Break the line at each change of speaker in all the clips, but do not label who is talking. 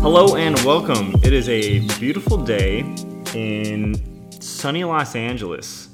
Hello and welcome. It is a beautiful day in sunny Los Angeles.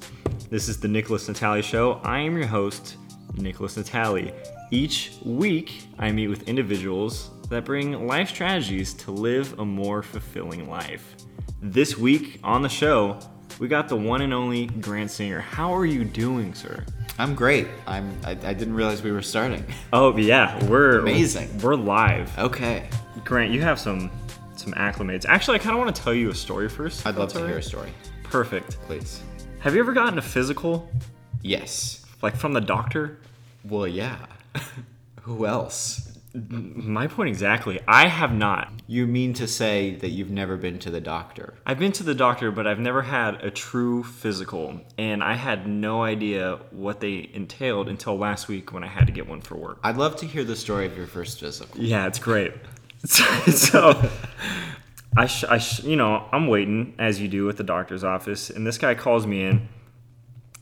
This is the Nicholas Natali Show. I am your host, Nicholas Natali. Each week, I meet with individuals that bring life strategies to live a more fulfilling life. This week on the show, we got the one and only Grant Singer. How are you doing, sir?
I'm great. I'm. I, I didn't realize we were starting.
Oh yeah, we're
Amazing.
We're live.
Okay.
Grant, you have some some acclimates. Actually, I kind of want to tell you a story first.
I'd love
That's
to
all
hear
right?
a story,
Perfect.
please.
Have you ever gotten a physical,
Yes.
like from the doctor?
Well, yeah. Who else?
My point exactly. I have not.
You mean to say that you've never been to the doctor?
I've been to the doctor, but I've never had a true physical, and I had no idea what they entailed until last week when I had to get one for work.
I'd love to hear the story of your first physical.
Yeah, it's great. So, so I, sh- I sh- you know, I'm waiting as you do at the doctor's office, and this guy calls me in,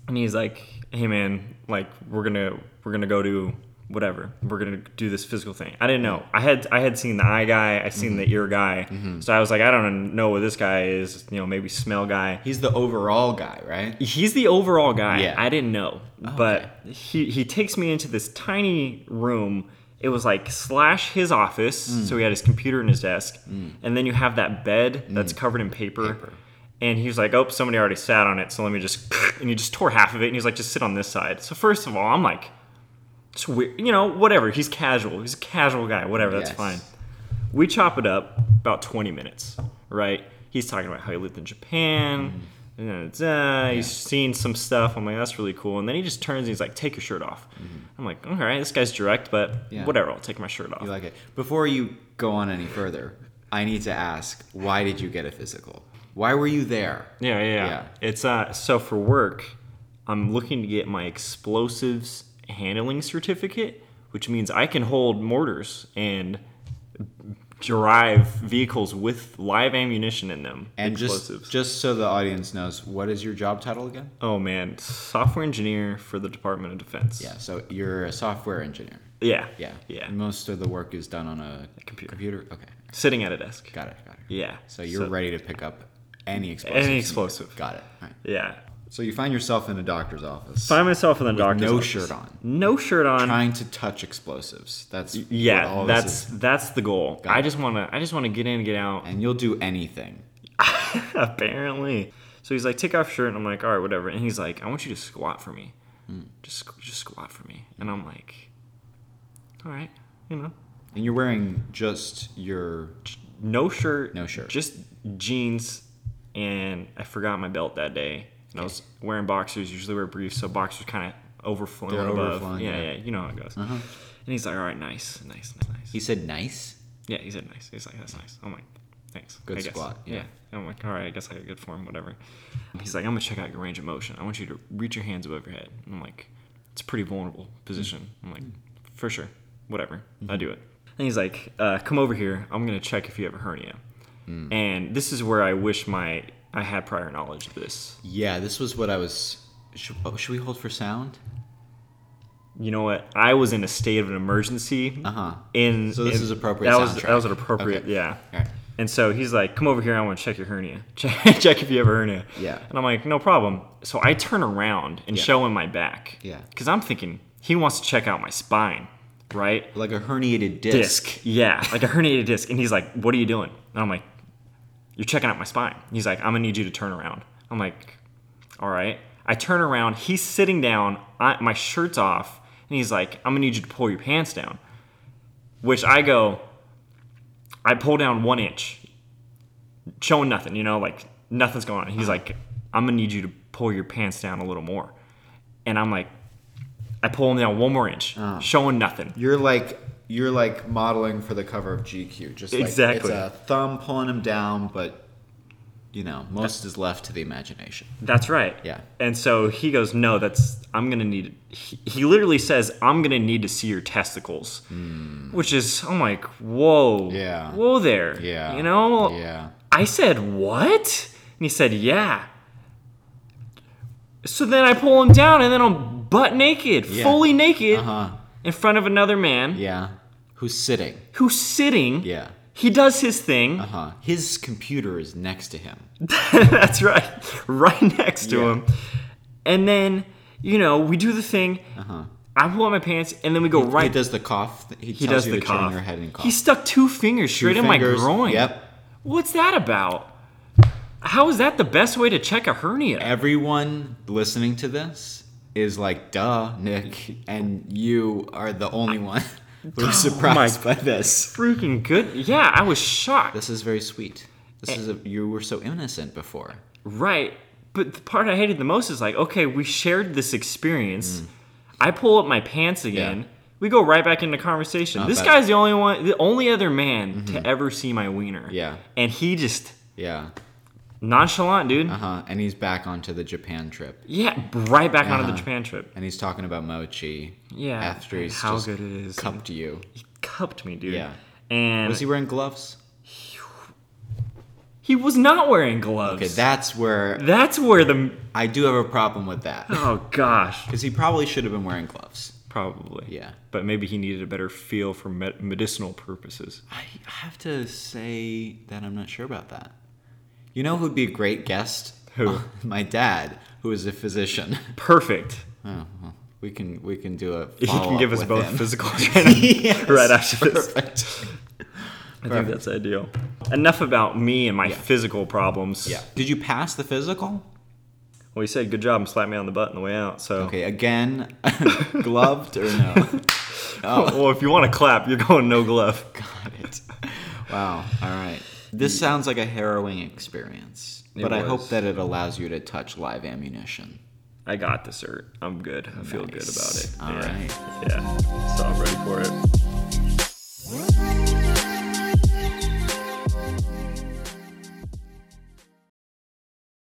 and he's like, "Hey, man, like we're gonna we're gonna go to whatever. We're gonna do this physical thing." I didn't know. I had I had seen the eye guy, I seen the ear guy, so I was like, I don't know what this guy is. You know, maybe smell guy.
He's the overall guy, right?
He's the overall guy.
Yeah. Oh,
I didn't know. but he, he takes me into this tiny room. It was like slash his office.
Mm.
So he had his computer and his desk. And then you have that bed that's covered in paper.
Mm. Paper.
And he was like, oh, somebody already sat on it. So let me just, and he just tore half of it. And he's like, just sit on this side. So first of all, I'm like, it's weird. You know, whatever. He's casual. He's a casual guy. Whatever. That's
Yes.
fine. We chop it up about 20 minutes, right? He's talking about how he lived in Japan.
Mm-hmm.
and da, da, da. He's seen some stuff. I'm like, that's really cool. And then he just turns and he's like, take your shirt off. I'm like, all right, this guy's direct, but
Mm-hmm. Yeah.
whatever. I'll take my shirt off.
You like it. Before you go on any further, I need to ask: Why did you get a physical? Why were you there?
Yeah, yeah, yeah.
Yeah.
It's uh so for work, I'm looking to get my explosives handling certificate, which means I can hold mortars and drive vehicles with live ammunition in them.
And
explosives.
just just so the audience knows, what is your job title again?
oh man, software engineer for the Department of Defense.
Yeah. So you're a software engineer.
Yeah.
Yeah.
Yeah.
Most of the work is done on a
computer.
Computer. Okay.
Sitting at a desk.
Got it. Got it.
Yeah.
So you're ready to pick up any explosive.
Any explosive.
Got it. All right.
Yeah.
So you find yourself in a doctor's office,
Find myself in the doctor's
no
office.
shirt on.
No shirt on.
trying to touch explosives. That's what
yeah,
all this
that's
is.
that's the goal.
Got
I
it.
just wanna I just wanna get in and get out.
and you'll do anything.
apparently. So he's like, take off your shirt, and I'm like, all right, whatever. And he's like, I want you to squat for me,
Hmm.
just squ- just squat for me. And I'm like, all right, you know,
And you're wearing just your
no shirt,
No shirt.
just jeans, and I forgot my belt that day. And I was wearing boxers. Usually wear briefs, so boxers kind of overflowing
They're
above.
overflowing,
yeah, yeah,
yeah. Uh-huh.
you know how it goes. And he's like, all right, nice, nice, nice.
He said nice.
Yeah, he said nice. He's like, that's nice. I'm like, thanks.
Good
I guess.
squat, yeah.
I'm like, all right, I guess I got good form, whatever. He's like, I'm gonna check out your range of motion. I want you to reach your hands above your head. And I'm like, it's a pretty vulnerable position.
Mm-hmm.
I'm like, for sure, whatever. I do it. And he's like, uh, come over here. I'm gonna check if you have a hernia.
Mm.
And this is where I wish my I had prior knowledge of this.
Yeah, this was what I was. Should, oh, should we hold for sound?
You know what? I was in a state of an emergency.
Uh huh.
In
So this
in-
is appropriate
That was
soundtrack.
that was an appropriate.
Okay.
Yeah.
All right.
And so he's like, "Come over here. I want to check your hernia. Check, check if you have a hernia."
Yeah.
And I'm like, "No problem." So I turn around and
Yeah.
show him my back.
Yeah.
Because I'm thinking he wants to check out my spine, right?
Like a herniated disc.
Disc. Yeah, like a herniated disc. And he's like, "What are you doing?" And I'm like, "You're checking out my spine." He's like, "I'm gonna need you to turn around." I'm like, "All right." I turn around. He's sitting down. I, my shirt's off, and he's like, "I'm gonna need you to pull your pants down." Which I go, I pull down one inch, showing nothing, you know, like nothing's going on. He's like, I'm gonna need you to pull your pants down a little more. And I'm like, I pull him down one more inch, showing nothing.
You're like you're like modeling for the cover of GQ. Just like
Exactly.
it's a thumb pulling him down, but you know, most is left to the imagination.
That's right.
Yeah.
And so he goes, No, that's, I'm gonna need, he, he literally says, I'm gonna need to see your testicles, which is, I'm like, Whoa.
Hmm. Yeah.
Whoa there. You know?
Yeah.
I said, What? And he said, Yeah. So then I pull him down, and then I'm butt naked,
Yeah.
fully naked,
Uh huh.
in front of another man
Yeah. Who's sitting?
who's sitting.
Yeah.
He does his thing.
Uh-huh. His computer is next to him.
That's right. Right next to
Yeah.
him. And then, you know, we do the thing.
Uh-huh.
I pull out my pants and then we go
He
right.
does the cough. He,
He
tells
does
you
the
to turn
cough.
your head and cough.
He stuck two fingers straight in
Fingers-
my groin.
Yep.
What's that about? How is that the best way to check a hernia?
Everyone listening to this is like, duh, Nick, and you are the only one
Oh
who's surprised by this.
Freaking good. Yeah, I was shocked.
This is very sweet. This is a, you were so innocent before.
Right. But the part I hated the most is like, okay, we shared this experience. I pull up my pants again.
Mm. Yeah.
We go right back into conversation. this
bad. Mm-hmm.
guy's the only one, the only other man to ever see my wiener.
Yeah.
And he just
Yeah.
nonchalant, dude.
Uh huh. And he's back onto the Japan trip,
Yeah, right back onto the
Uh-huh.
Japan trip.
and he's talking about mochi.
Yeah.
After
and
he's
how
just
good it is.
cupped you.
He cupped me, dude.
Yeah.
And
Was he wearing gloves?
He was not wearing gloves.
Okay, that's where
That's where the.
I do have a problem with that.
Oh gosh.
Because he probably should have been wearing gloves.
Probably.
Yeah.
But maybe he needed a better feel for med- medicinal purposes.
I have to say that I'm not sure about that. You know who'd be a great guest? Uh,
Who?
My dad, who is a physician.
Perfect.
Oh, well, we can we can do a.
He can
follow-up
give us
with
both
him.
physical training
Yes,
right after this.
Perfect.
I think that's ideal. Enough about me and my physical problems.
Yeah. Did you pass the physical?
Well, you said good job and slapped me on the butt on the way out. So.
Oh. Okay, again, gloved or no?
well, if you want to clap, you're going no glove.
Got it. Wow. All right. This sounds like a harrowing experience,
It
but I hope
was.
that it allows you to touch live ammunition.
I got this, sir. I'm good. I feel good about it.
All
yeah.
right.
Yeah. So I'm ready for it.